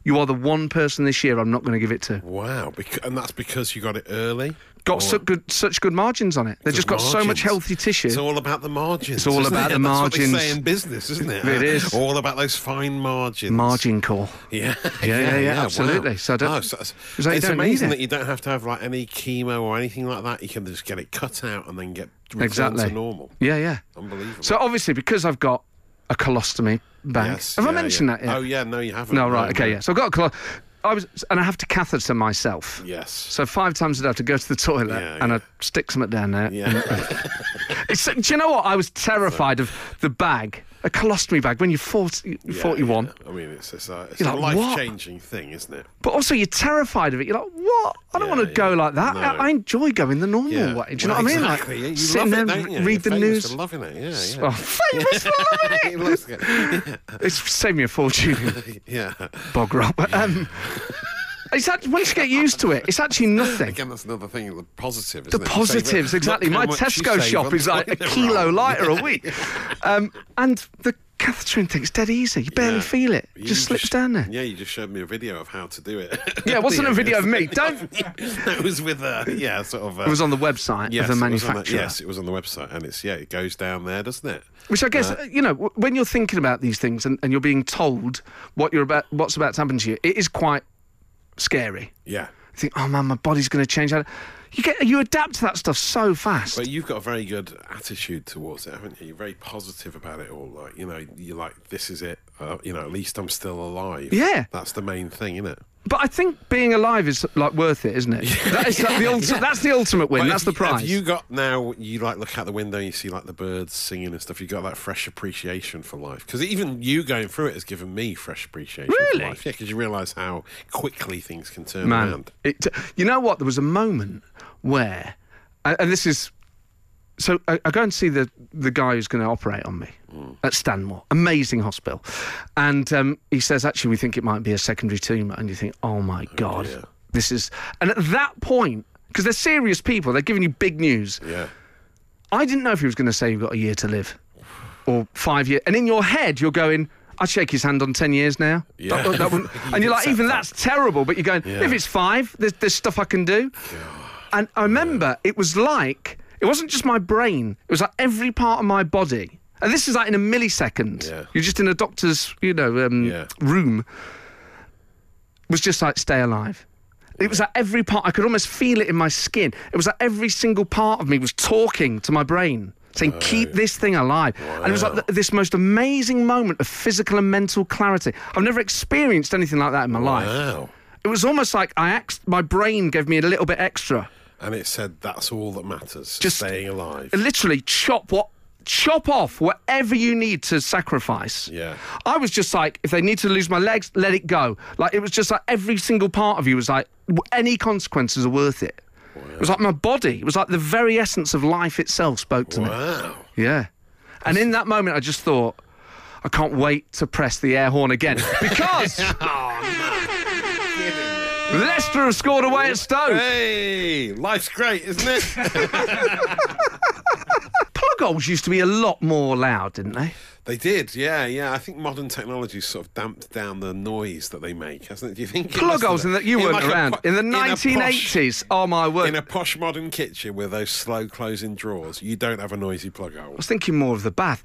Speaker 4: You are the one person this year I'm not going to give it to.
Speaker 3: Wow, bec- and that's because you got it early.
Speaker 4: Got such good, such good margins on it. They've just got so much
Speaker 3: margins.
Speaker 4: healthy tissue.
Speaker 3: It's all about the margins.
Speaker 4: It's all
Speaker 3: isn't
Speaker 4: about
Speaker 3: it?
Speaker 4: the
Speaker 3: [laughs] That's what they say
Speaker 4: margins.
Speaker 3: in business, isn't it?
Speaker 4: It is.
Speaker 3: all about those fine margins.
Speaker 4: Margin call.
Speaker 3: Yeah,
Speaker 4: Yeah, yeah, yeah,
Speaker 3: wow.
Speaker 4: absolutely. So I don't-
Speaker 3: Oh, so that's-
Speaker 4: So you
Speaker 3: it's
Speaker 4: don't need
Speaker 3: amazing
Speaker 4: it.
Speaker 3: that you don't have to have like any chemo or anything like that. You can just get it cut out and then get returned
Speaker 4: Exactly.
Speaker 3: to normal.
Speaker 4: Yeah, yeah.
Speaker 3: Unbelievable.
Speaker 4: So obviously, because I've got a colostomy bag,
Speaker 3: Yes,
Speaker 4: have I
Speaker 3: yeah,
Speaker 4: mentioned
Speaker 3: yeah.
Speaker 4: that yet?
Speaker 3: Oh yeah, no, you haven't.
Speaker 4: No, right, okay,
Speaker 3: no.
Speaker 4: yeah. So I've got a colo- I was, and I have to catheter myself.
Speaker 3: Yes.
Speaker 4: So five times I'd have to go to the toilet
Speaker 3: Yeah,
Speaker 4: and
Speaker 3: yeah.
Speaker 4: I'd stick something down there. [laughs]
Speaker 3: Yeah.
Speaker 4: It's, do you know what? I was terrified of the bag, a colostomy bag, when you're 40,
Speaker 3: Yeah,
Speaker 4: 41.
Speaker 3: yeah. I mean, it's, it's a, it's
Speaker 4: You're
Speaker 3: a
Speaker 4: like, what?
Speaker 3: life changing thing, isn't it?
Speaker 4: But also, you're terrified of it. You're like, what? I don't
Speaker 3: Yeah,
Speaker 4: want to go
Speaker 3: yeah.
Speaker 4: like that. I,
Speaker 3: No.
Speaker 4: I enjoy going the normal
Speaker 3: Yeah.
Speaker 4: way. Do you
Speaker 3: Well,
Speaker 4: know what
Speaker 3: exactly.
Speaker 4: I mean?
Speaker 3: Yeah,
Speaker 4: Like,
Speaker 3: you
Speaker 4: sitting
Speaker 3: love it,
Speaker 4: there,
Speaker 3: don't you?
Speaker 4: read
Speaker 3: You're
Speaker 4: the
Speaker 3: famous
Speaker 4: news.
Speaker 3: For loving it, yeah.
Speaker 4: [laughs] Oh,
Speaker 3: yeah.
Speaker 4: famous for loving
Speaker 3: [laughs]
Speaker 4: it.
Speaker 3: He loves it.
Speaker 4: [laughs] It's saved me a fortune,
Speaker 3: [laughs] yeah.
Speaker 4: Bog Rob. Um, it's act- once you get used to it, it's actually nothing.
Speaker 3: Again, that's another thing. The positive.
Speaker 4: The
Speaker 3: Isn't it? You save it.
Speaker 4: positives,
Speaker 3: Look
Speaker 4: exactly.
Speaker 3: how
Speaker 4: My
Speaker 3: much you
Speaker 4: Tesco
Speaker 3: save
Speaker 4: shop
Speaker 3: on
Speaker 4: is
Speaker 3: the [laughs]
Speaker 4: like a
Speaker 3: toilet
Speaker 4: kilo
Speaker 3: roll.
Speaker 4: lighter a week. Um, and the cathetering thing's dead easy. You barely
Speaker 3: Yeah.
Speaker 4: feel it.
Speaker 3: You
Speaker 4: just slips down there.
Speaker 3: Yeah, you just showed me a video of how to do it.
Speaker 4: Yeah, it wasn't a
Speaker 3: [laughs]
Speaker 4: video of me. Don't.
Speaker 3: it was with a yeah, sort of. uh,
Speaker 4: It was on the website
Speaker 3: yes, it
Speaker 4: of the
Speaker 3: was on
Speaker 4: manufacturer.
Speaker 3: the- yes, it was on the website, and it's yeah, it goes down there, doesn't it?
Speaker 4: Which I guess uh, you know w- when you're thinking about these things and, and you're being told what you're about, what's about to happen to you, it is quite scary.
Speaker 3: Yeah.
Speaker 4: You think, oh man, my body's going to change. You get you adapt to that stuff so fast.
Speaker 3: But you've got a very good attitude towards it, haven't you? You're very positive about it all. Like, you know, you're like, this is it. Uh, you know, at least I'm still alive.
Speaker 4: Yeah.
Speaker 3: That's the main thing, isn't it?
Speaker 4: But I think being alive is like worth it,
Speaker 3: [laughs]
Speaker 4: isn't it? that is like, the ulti- That's the ultimate win.
Speaker 3: But
Speaker 4: that's the
Speaker 3: have you-
Speaker 4: prize.
Speaker 3: Have you got now? You like look out the window, you see like the birds singing and stuff. You got that fresh appreciation for life because even you going through it has given me fresh appreciation
Speaker 4: Really?
Speaker 3: for life. Yeah, because you realise how quickly things can turn
Speaker 4: man.
Speaker 3: around.
Speaker 4: It, you know what? There was a moment where, and and this is, so I, I go and see the the guy who's going to operate on me at Stanmore, amazing hospital, and um, he says, actually, we think it might be a secondary tumour, and you think, oh my god, this is, and at that point, because they're serious people, they're giving you big news.
Speaker 3: Yeah.
Speaker 4: I didn't know if he was going to say you've got a year to live or five years. And in your head, you're going, I'd shake his hand on 10 years now.
Speaker 3: Yeah.
Speaker 4: That-
Speaker 3: [laughs]
Speaker 4: that wouldn't- and you're like,
Speaker 3: Accept
Speaker 4: even
Speaker 3: that.
Speaker 4: that's terrible. But you're going,
Speaker 3: Yeah.
Speaker 4: if it's five, there's, there's stuff I can do. And I remember it was like, it wasn't just my brain, it was like every part of my body. And this is like in a millisecond.
Speaker 3: Yeah.
Speaker 4: You're just in a doctor's, you know, um,
Speaker 3: Yeah.
Speaker 4: room. Was just like stay alive. It was like every part. I could almost feel it in my skin. It was like every single part of me was talking to my brain, saying, "Keep this thing alive." And it was like th- this most amazing moment of physical and mental clarity. I've never experienced anything like that in my life.
Speaker 3: Wow.
Speaker 4: It was almost like I ax- my brain gave me a little bit extra.
Speaker 3: And it said that's all that matters.
Speaker 4: Just-
Speaker 3: staying alive.
Speaker 4: Literally, chop what, chop off whatever you need to sacrifice.
Speaker 3: Yeah.
Speaker 4: I was just like, if they need to lose my legs, let it go. Like it was just like every single part of you was like, w- any consequences are worth it. It was like my body. It was like the very essence of life itself spoke to me.
Speaker 3: Wow.
Speaker 4: Yeah. And in that moment, I just thought, I can't wait to press the air
Speaker 3: [laughs]
Speaker 4: horn again because
Speaker 3: Oh,
Speaker 4: Leicester have scored away at Stoke.
Speaker 3: Hey, life's great, isn't
Speaker 4: [laughs]
Speaker 3: it?
Speaker 4: Plug holes used to be a lot more loud, didn't they?
Speaker 3: they did, yeah, yeah. I think modern technology sort of damped down the noise that they make, hasn't it? Do you think? it
Speaker 4: Plug
Speaker 3: must have-
Speaker 4: holes in that you
Speaker 3: in
Speaker 4: weren't
Speaker 3: like a
Speaker 4: around
Speaker 3: po-
Speaker 4: in the
Speaker 3: a posh-
Speaker 4: 1980s. oh my word!
Speaker 3: in a posh modern kitchen with those slow closing drawers, you don't have a noisy plug hole.
Speaker 4: I was thinking more of the bath.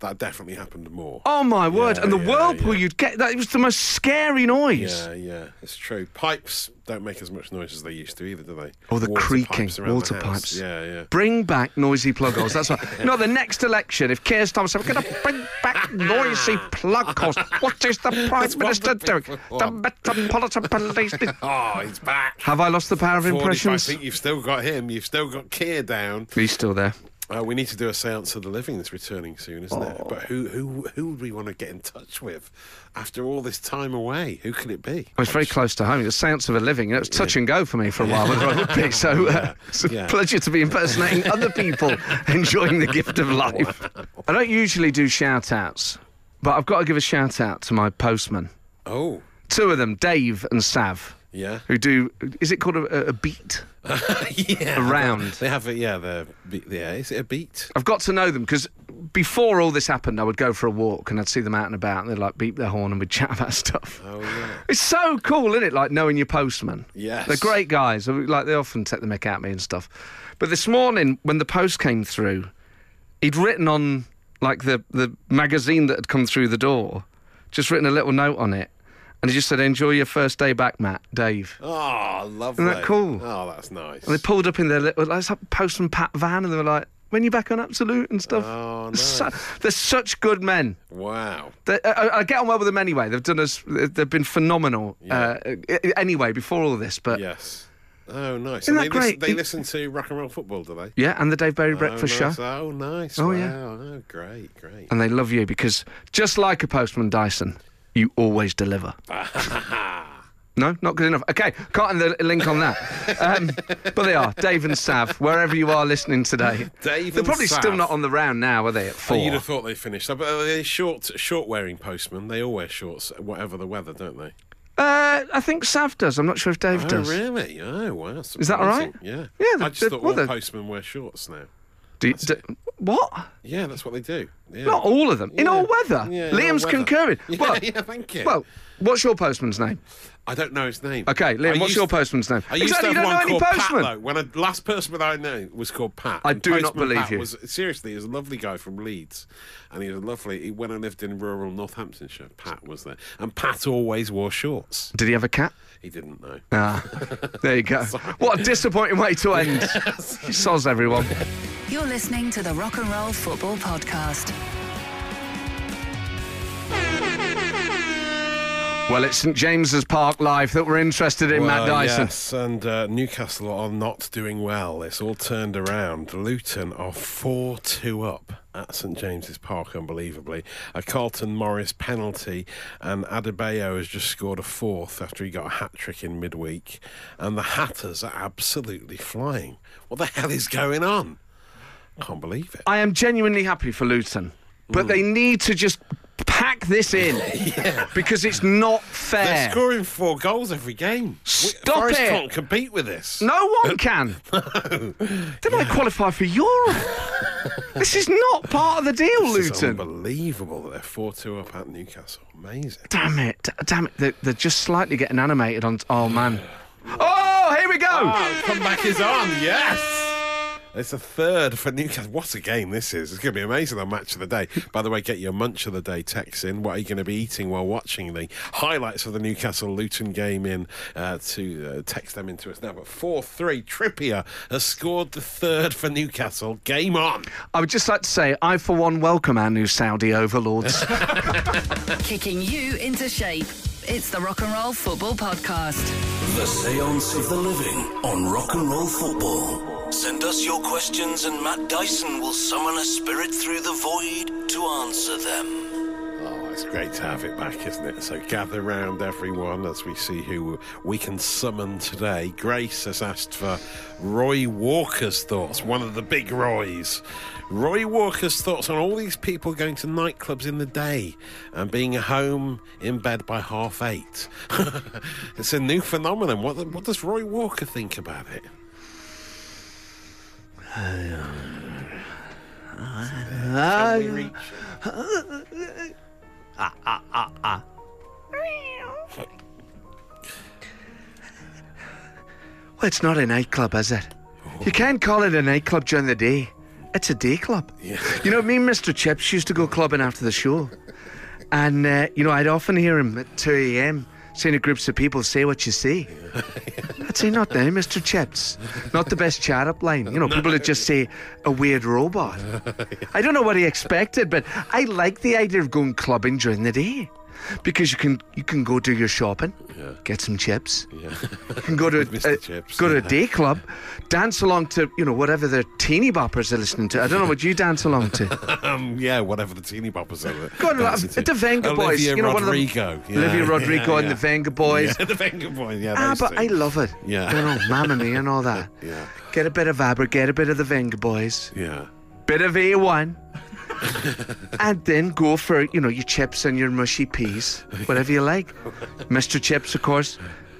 Speaker 3: That definitely happened more.
Speaker 4: Oh my word! and the
Speaker 3: yeah,
Speaker 4: whirlpool
Speaker 3: yeah.
Speaker 4: you'd get that it was the most scary noise.
Speaker 3: Yeah, yeah, it's true. Pipes don't make as much noise as they used to either, do they?
Speaker 4: Or Oh, the creaking
Speaker 3: around the
Speaker 4: water
Speaker 3: house.
Speaker 4: pipes.
Speaker 3: Yeah, yeah.
Speaker 4: Bring back noisy plug holes. That's right.
Speaker 3: [laughs]
Speaker 4: no, the next election, if Keir Starmer said, we're going to bring back noisy plug holes, what is the Prime
Speaker 3: That's what
Speaker 4: Minister
Speaker 3: the
Speaker 4: doing?
Speaker 3: people
Speaker 4: The
Speaker 3: want.
Speaker 4: Metropolitan
Speaker 3: [laughs]
Speaker 4: Police.
Speaker 3: Oh, he's back.
Speaker 4: Have I lost the power of
Speaker 3: 45
Speaker 4: impressions?
Speaker 3: feet, you've still got him. You've still got Keir down.
Speaker 4: He's still there.
Speaker 3: Uh, we need to do a séance of the living that's returning soon, isn't it? But who, who, who would we want to get in touch with after all this time away? Who could it be?
Speaker 4: I was Oh, very close to home. It was Seance of a Living. and It was touch and go for me for a while, whether
Speaker 3: [laughs]
Speaker 4: I would be. So uh, it's a
Speaker 3: Yeah.
Speaker 4: pleasure to be impersonating other
Speaker 3: [laughs]
Speaker 4: people enjoying the gift of life. I don't usually do shout outs, but I've got to give a shout out to my postman.
Speaker 3: Oh,
Speaker 4: Two of them, Dave and Sav,
Speaker 3: yeah.
Speaker 4: who do, is it called a, a- a beat?
Speaker 3: [laughs] yeah.
Speaker 4: Around.
Speaker 3: They have a, yeah, they're, be- yeah, is it a beat?
Speaker 4: I've got to know them because before all this happened, I would go for a walk and I'd see them out and about and they'd like beep their horn and we'd chat about [laughs] stuff.
Speaker 3: Oh, yeah.
Speaker 4: It's so cool, isn't it? Like knowing your postman.
Speaker 3: Yes.
Speaker 4: They're great guys. I mean, Like they often take the mick at me and stuff. But this morning, when the post came through, he'd written on like the, the magazine that had come through the door, just written a little note on it. And he just said, Enjoy your first day back, Matt, Dave.
Speaker 3: Oh, lovely.
Speaker 4: cool?
Speaker 3: Oh, that's nice.
Speaker 4: And they pulled up in their little, like, it's like postman Pat van, and they were like, when you're back on Absolute and stuff.
Speaker 3: Oh,
Speaker 4: They're su-
Speaker 3: nice.
Speaker 4: they're such good men.
Speaker 3: Wow.
Speaker 4: They- I, I get on well with them anyway. They've done us. They've been phenomenal. Uh, i- anyway, before all this, but yeah,
Speaker 3: Yes. Oh, nice.
Speaker 4: Isn't
Speaker 3: and they,
Speaker 4: that
Speaker 3: listen,
Speaker 4: great?
Speaker 3: they
Speaker 4: It-
Speaker 3: listen to rock and roll football, do they?
Speaker 4: and the Dave Berry Breakfast
Speaker 3: oh, nice.
Speaker 4: Show,
Speaker 3: Oh, nice.
Speaker 4: Oh,
Speaker 3: wow.
Speaker 4: yeah.
Speaker 3: Oh, great, great.
Speaker 4: and they love you because just like a postman Dyson, you
Speaker 3: [laughs]
Speaker 4: always deliver. No, not good enough. Okay, can't end the link on that. Um, but they are Dave and Sav, wherever you are listening today.
Speaker 3: Dave
Speaker 4: They're
Speaker 3: and
Speaker 4: probably still
Speaker 3: Sav.
Speaker 4: not on the round now, are they? At
Speaker 3: Oh,
Speaker 4: four.
Speaker 3: you'd have thought they finished. Uh, But are they short, short wearing postmen? They all wear shorts, whatever the weather, don't they?
Speaker 4: Uh, I think Sav does. I'm not sure if Dave
Speaker 3: Oh,
Speaker 4: does.
Speaker 3: really? Oh, wow.
Speaker 4: Is that all right?
Speaker 3: surprising. Yeah.
Speaker 4: Yeah, the-
Speaker 3: I just
Speaker 4: the-
Speaker 3: thought
Speaker 4: well,
Speaker 3: all
Speaker 4: the-
Speaker 3: postmen wear shorts now.
Speaker 4: Do you- do- what?
Speaker 3: Yeah, that's what they do. Yeah.
Speaker 4: Not all of them. In all weather.
Speaker 3: Yeah, in all
Speaker 4: Liam's
Speaker 3: weather.
Speaker 4: concurring.
Speaker 3: [laughs] Yeah,
Speaker 4: well,
Speaker 3: yeah, thank you.
Speaker 4: Well, what's your postman's name?
Speaker 3: I don't know his name.
Speaker 4: Okay, Liam,
Speaker 3: I
Speaker 4: what's
Speaker 3: used-
Speaker 4: your postman's name?
Speaker 3: I used
Speaker 4: exactly,
Speaker 3: to
Speaker 4: you
Speaker 3: have
Speaker 4: don't know
Speaker 3: one
Speaker 4: any
Speaker 3: called
Speaker 4: postman.
Speaker 3: Pat, though. When the last person that I know was called Pat.
Speaker 4: I
Speaker 3: And
Speaker 4: do not
Speaker 3: Postman
Speaker 4: believe
Speaker 3: Pat
Speaker 4: you.
Speaker 3: Was, seriously, he was a lovely guy from Leeds, and he was lovely. He, when I lived in rural Northamptonshire, Pat was there, and Pat always wore shorts.
Speaker 4: Did he have a cat?
Speaker 3: He didn't know. [laughs]
Speaker 4: Ah, there you go. What a disappointing way to end. Soz, everyone.
Speaker 2: You're listening to the Rock and Roll
Speaker 1: [laughs]
Speaker 2: Football Podcast.
Speaker 4: Well, it's St James's Park life that we're interested in, Matt
Speaker 3: Well,
Speaker 4: Dyson.
Speaker 3: Yes, and uh, Newcastle are not doing well. It's all turned around. Luton are 4 2 up at St James's Park, unbelievably. A Carlton Morris penalty, and Adebayo has just scored a fourth after he got a hat trick in midweek. And the Hatters are absolutely flying. What the hell is going on? Can't believe it.
Speaker 4: I am genuinely happy for Luton, but they need to just pack
Speaker 3: [laughs]
Speaker 4: this in because it's not
Speaker 3: They're
Speaker 4: fair.
Speaker 3: scoring four goals every game.
Speaker 4: Stop
Speaker 3: Forest
Speaker 4: it.
Speaker 3: can't compete with this.
Speaker 4: No
Speaker 3: [laughs]
Speaker 4: one can. They might qualify for Europe. this is not part of the deal,
Speaker 3: This is
Speaker 4: Luton.
Speaker 3: unbelievable that they're 4 2 up at Newcastle. Amazing.
Speaker 4: Damn it! d- Damn it! They're, they're just slightly getting animated on. Oh man! Oh, here we go!
Speaker 3: Oh, comeback is on, yes! It's a third for Newcastle. What a game this is. It's going to be amazing on Match of the Day. By the way, get your Munch of the Day text in. What are you going to be eating while watching the highlights of the Newcastle Luton game in uh, to uh, text them into us now? But 4 3, Trippier has scored the third for Newcastle. Game on.
Speaker 4: I would just like to say, I for one welcome our new
Speaker 3: [laughs]
Speaker 4: Saudi overlords.
Speaker 2: Kicking you into shape. It's the Rock and Roll Football Podcast.
Speaker 1: The Seance of the Living on Rock and Roll Football. Send us your questions and Matt Dyson will summon a spirit through the void to answer them.
Speaker 3: Oh, it's great to have it back, isn't it? So gather round, everyone, as we see who we can summon today. Grace has asked for Roy Walker's thoughts, one of the big Roys. Roy Walker's thoughts on all these people going to nightclubs in the day and being home in bed by half eight. [laughs] it's a new phenomenon. What, what does Roy Walker think about it? Can we reach
Speaker 4: Well, it's not a nightclub, is it? You can't call it a nightclub during the day. It's a day club. You know, me and Mr. Chips used to go clubbing after the show. And, uh, you know, I'd often hear him at 2 a.m. saying to groups of people, say what you see. I'd say, not now, Mr. Chips. Not the best chat up line. You know, people would just say, a weird robot. I don't know what he expected, but I like the idea of going clubbing during the day. Because you can you can go do your shopping, get some chips,
Speaker 3: [laughs]
Speaker 4: you can go to
Speaker 3: Mr.
Speaker 4: a,
Speaker 3: Chips,
Speaker 4: go to a
Speaker 3: yeah.
Speaker 4: day club, dance along to you know whatever the teeny boppers are listening to. I don't know what you dance
Speaker 3: [laughs]
Speaker 4: along to.
Speaker 3: Um, yeah, whatever the teeny boppers are.
Speaker 4: Go on, like,
Speaker 3: dancing
Speaker 4: the
Speaker 3: to.
Speaker 4: Venga Boys,
Speaker 3: Olivia
Speaker 4: you know, one of them-
Speaker 3: Rodrigo. yeah. [laughs]
Speaker 4: Olivia
Speaker 3: Yeah,
Speaker 4: Rodrigo and
Speaker 3: yeah.
Speaker 4: the Venga Boys.
Speaker 3: Yeah, [laughs] the Venga Boys. Yeah,
Speaker 4: Ah,
Speaker 3: those
Speaker 4: but I
Speaker 3: two.
Speaker 4: love it.
Speaker 3: Yeah.
Speaker 4: you know, Mamma Mia and all that.
Speaker 3: [laughs] Yeah.
Speaker 4: Get a bit of Abra, get a bit of the Venga Boys,
Speaker 3: Yeah.
Speaker 4: bit
Speaker 3: [laughs]
Speaker 4: of A1, and then go for you know your chips and your mushy peas, whatever you
Speaker 3: [laughs]
Speaker 4: like. Mr. Chips, of course.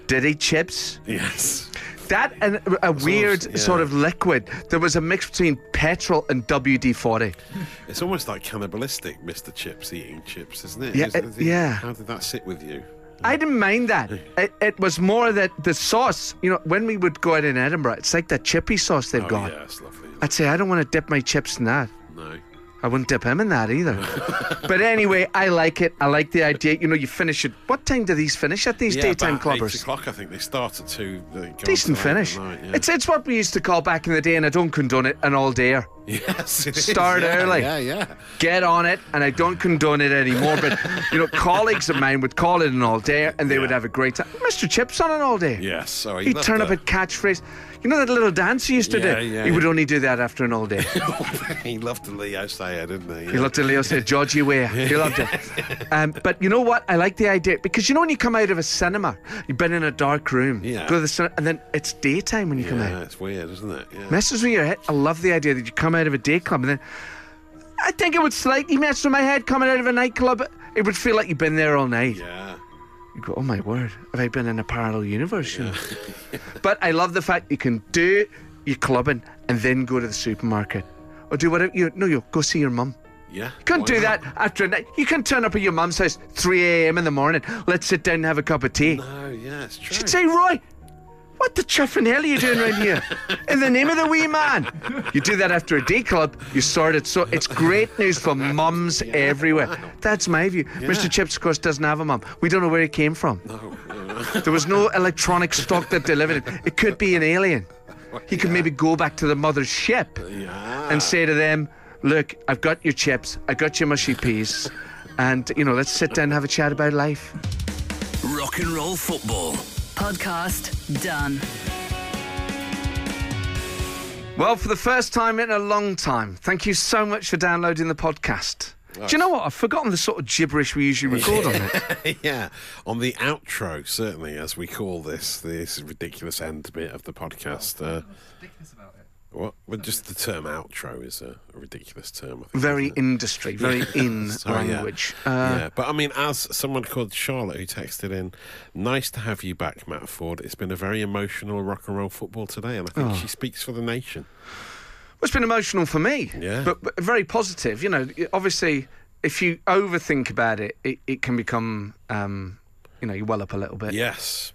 Speaker 4: Diddy Chips.
Speaker 3: Yes.
Speaker 4: That and a weird
Speaker 3: yeah.
Speaker 4: sort of liquid. There was a mix between petrol and WD 40.
Speaker 3: It's almost like cannibalistic, Mr. Chips eating chips, isn't it?
Speaker 4: Yeah,
Speaker 3: Isn't
Speaker 4: it- yeah. Oh,
Speaker 3: How did that sit with you?
Speaker 4: I didn't mind that. It, it was more that the sauce, you know, when we would go out in Edinburgh, it's like that chippy sauce they've
Speaker 3: Oh,
Speaker 4: got.
Speaker 3: yeah, it's lovely.
Speaker 4: I'd say, I don't want to dip my chips in that.
Speaker 3: No.
Speaker 4: I wouldn't dip him in
Speaker 3: [laughs]
Speaker 4: that either. but anyway, I like it. I like the idea. You know, you finish it. What time do these finish at these
Speaker 3: Yeah,
Speaker 4: daytime
Speaker 3: about Eight
Speaker 4: clubbers?
Speaker 3: o'clock, I think they start at two. they go on till eight
Speaker 4: Decent
Speaker 3: at
Speaker 4: finish.
Speaker 3: night, yeah.
Speaker 4: It's it's what we used to call back in the day, and I don't condone it. An all dayer.
Speaker 3: [laughs] yes, it is,
Speaker 4: Start
Speaker 3: yeah,
Speaker 4: early.
Speaker 3: Yeah, yeah.
Speaker 4: Get on it, and I don't condone it anymore. But you know, colleagues of mine would call it an all dayer, and they would
Speaker 3: Yeah.
Speaker 4: have a great time. Mr. Chips on an all day.
Speaker 3: Yes, so he
Speaker 4: He'd
Speaker 3: loved
Speaker 4: turn up
Speaker 3: it.
Speaker 4: at catchphrase. You know that little dance he used to
Speaker 3: Yeah,
Speaker 4: do?
Speaker 3: yeah,
Speaker 4: he would
Speaker 3: yeah.
Speaker 4: only do that after an all day.
Speaker 3: [laughs] he loved the Leo Sayer, didn't he?
Speaker 4: He looked at Leo and said, Georgie Weir.
Speaker 3: [laughs]
Speaker 4: He loved it. Um, but you know what? I like the idea because you know when you come out of a cinema, you've been in a dark room,
Speaker 3: Yeah.
Speaker 4: go to the cinema, and then it's daytime when you come
Speaker 3: Yeah,
Speaker 4: out.
Speaker 3: it's weird, isn't it? Yeah.
Speaker 4: Messes with your head. I love the idea that you come out of a day club and then I think it would slightly mess with my head coming out of a nightclub. It would feel like you've been there all night.
Speaker 3: yeah.
Speaker 4: You go, oh my word, have I been in a parallel universe? you know?
Speaker 3: [laughs]
Speaker 4: but I love the fact you can do your clubbing and then go to the supermarket or do whatever you no, you go see your mum.
Speaker 3: Yeah.
Speaker 4: Can't
Speaker 3: Why
Speaker 4: do
Speaker 3: not?
Speaker 4: that after a night. You can turn up at your mum's house 3 a.m. in the morning. Let's sit down and have a cup of tea.
Speaker 3: No, Oh, yeah, it's true.
Speaker 4: She'd say, Roy, what the chuffing hell are you doing around here? In the name of the wee man. You do that after a day club, you sort it. So it's great news for mums everywhere. That's my view. Mr. Chips, of course, doesn't have a mum. We don't know where he came from.
Speaker 3: No, no, no.
Speaker 4: [laughs] There was no electronic stock that delivered it. It could be an alien. He could maybe go back to the mother's ship
Speaker 3: Yeah. [laughs]
Speaker 4: and say to them, "Look, I've got your chips, I got your mushy peas, and you know, let's sit down and have a chat about life."
Speaker 1: Rock and Roll Football.
Speaker 2: Podcast done.
Speaker 4: Well, for the first time in a long time, thank you so much for downloading the podcast. Do you know what? I've forgotten the sort of gibberish we usually record on
Speaker 3: [laughs]
Speaker 4: it.
Speaker 3: yeah, on the outro, certainly, as we call this, this ridiculous end bit of the podcast. Uh, what? Well, just the term outro is a, a ridiculous term. I think,
Speaker 4: Very
Speaker 3: isn't it?
Speaker 4: industry, very in
Speaker 3: [laughs] Sorry, yeah.
Speaker 4: language. Uh,
Speaker 3: yeah, but I mean, as someone called Charlotte who texted in, nice to have you back, Matt Ford. It's been a very emotional rock and roll football today, and I
Speaker 4: Oh.
Speaker 3: think she speaks for the nation.
Speaker 4: Well, it's been emotional for me,
Speaker 3: Yeah.
Speaker 4: but, but very positive. You know, obviously, if you overthink about it, it, it can become, um, you know, you well up a little bit.
Speaker 3: Yes,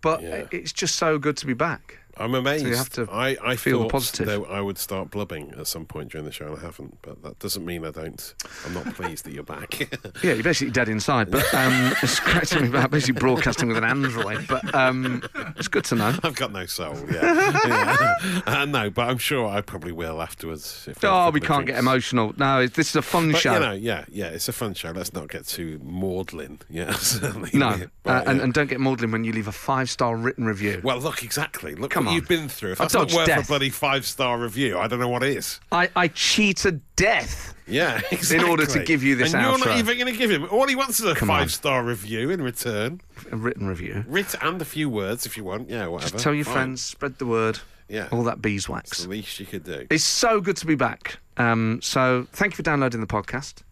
Speaker 4: But
Speaker 3: Yeah.
Speaker 4: it's just so good to be back.
Speaker 3: I'm amazed.
Speaker 4: So you have to
Speaker 3: I, I
Speaker 4: feel the
Speaker 3: thought
Speaker 4: positive.
Speaker 3: That I would start blubbing at some point during the show, and I haven't. But that doesn't mean I don't. I'm not pleased that you're back. [laughs]
Speaker 4: Yeah, you're basically dead inside, but um, [laughs] it's great something about basically broadcasting with an android. But um, it's good to know.
Speaker 3: I've got no soul.
Speaker 4: [laughs]
Speaker 3: Yeah. yeah. [laughs] Uh, no, but I'm sure I probably will afterwards. If
Speaker 4: Oh,
Speaker 3: have
Speaker 4: we
Speaker 3: the
Speaker 4: can't get
Speaker 3: drinks.
Speaker 4: emotional. No, it- this is a fun
Speaker 3: But
Speaker 4: show.
Speaker 3: you know, yeah, yeah, it's a fun show. Let's not get too maudlin. [laughs] Yeah, certainly. Yeah,
Speaker 4: no, uh,
Speaker 3: but,
Speaker 4: and,
Speaker 3: yeah.
Speaker 4: and don't get maudlin when you leave a five-star written review.
Speaker 3: well, look exactly. Look
Speaker 4: Come
Speaker 3: what
Speaker 4: on.
Speaker 3: you've been through. If
Speaker 4: I
Speaker 3: that's not
Speaker 4: dodged
Speaker 3: worth
Speaker 4: death.
Speaker 3: a bloody five star review, I don't know what is.
Speaker 4: I, I cheated death. [laughs]
Speaker 3: Yeah, exactly.
Speaker 4: order to give you this
Speaker 3: and you're
Speaker 4: outro.
Speaker 3: not even going to give him. All he wants is a
Speaker 4: on.
Speaker 3: five star review in return.
Speaker 4: A written review.
Speaker 3: Writ and a few words if you want. Yeah, whatever.
Speaker 4: Just tell your
Speaker 3: Fine.
Speaker 4: friends, spread the word.
Speaker 3: Yeah.
Speaker 4: All that beeswax.
Speaker 3: It's the least you could do.
Speaker 4: It's so good to be back. Um, so thank you for downloading the podcast.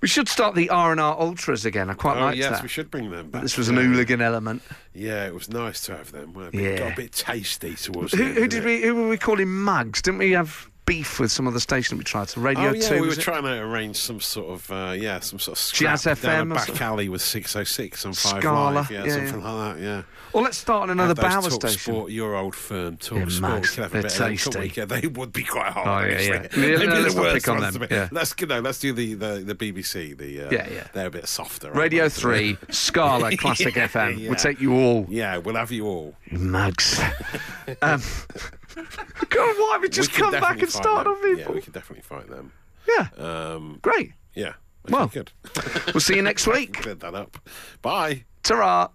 Speaker 4: We should start the R and R Ultras again. I quite
Speaker 3: Oh
Speaker 4: like
Speaker 3: yes,
Speaker 4: that.
Speaker 3: we should bring them back.
Speaker 4: This was an
Speaker 3: Yeah.
Speaker 4: hooligan element.
Speaker 3: Yeah, it was nice to have them. Weren't it?
Speaker 4: Yeah.
Speaker 3: Got a bit tasty towards.
Speaker 4: Who,
Speaker 3: the end,
Speaker 4: who
Speaker 3: didn't it?
Speaker 4: did we? Who were we calling mugs? Didn't we have beef with some other station we tried? So Radio
Speaker 3: Oh yeah,
Speaker 4: Two.
Speaker 3: we were
Speaker 4: was it?
Speaker 3: trying to arrange some sort of uh, yeah, some sort of
Speaker 4: Jazz
Speaker 3: scrap down
Speaker 4: FM or
Speaker 3: a back
Speaker 4: something?
Speaker 3: alley with six oh six and five
Speaker 4: Scala,
Speaker 3: live, yeah,
Speaker 4: yeah,
Speaker 3: something
Speaker 4: yeah.
Speaker 3: like that, yeah.
Speaker 4: Or let's start on another
Speaker 3: Have those
Speaker 4: Bauer
Speaker 3: Talk
Speaker 4: station.
Speaker 3: Sport, your old firm, talk
Speaker 4: Yeah,
Speaker 3: sport.
Speaker 4: Max,
Speaker 3: we could have
Speaker 4: they're
Speaker 3: a bit of them, couldn't we?
Speaker 4: tasty.
Speaker 3: Yeah, they would be quite hard.
Speaker 4: Oh, yeah,
Speaker 3: [laughs] actually.
Speaker 4: yeah. Yeah,
Speaker 3: They'd be
Speaker 4: let's
Speaker 3: the
Speaker 4: not
Speaker 3: worst
Speaker 4: pick on
Speaker 3: ones to
Speaker 4: them,
Speaker 3: be-
Speaker 4: yeah.
Speaker 3: Let's you know, let's do the the, the BBC. The uh,
Speaker 4: Yeah, yeah.
Speaker 3: They're a bit softer. aren't
Speaker 4: Radio
Speaker 3: they?
Speaker 4: Three, Scala, Classic FM.
Speaker 3: yeah.
Speaker 4: We'll take you all,
Speaker 3: [laughs] Yeah, we'll have you all. [laughs]
Speaker 4: you mugs. um, God, why we just
Speaker 3: We can
Speaker 4: come back
Speaker 3: definitely
Speaker 4: and
Speaker 3: fight
Speaker 4: start
Speaker 3: them.
Speaker 4: on
Speaker 3: Yeah,
Speaker 4: people?
Speaker 3: we can definitely fight them.
Speaker 4: Yeah,
Speaker 3: Um,
Speaker 4: great.
Speaker 3: yeah. Okay,
Speaker 4: Well,
Speaker 3: good. [laughs]
Speaker 4: We'll see you next week.
Speaker 3: Cleared that up. Bye.
Speaker 4: Ta-ra.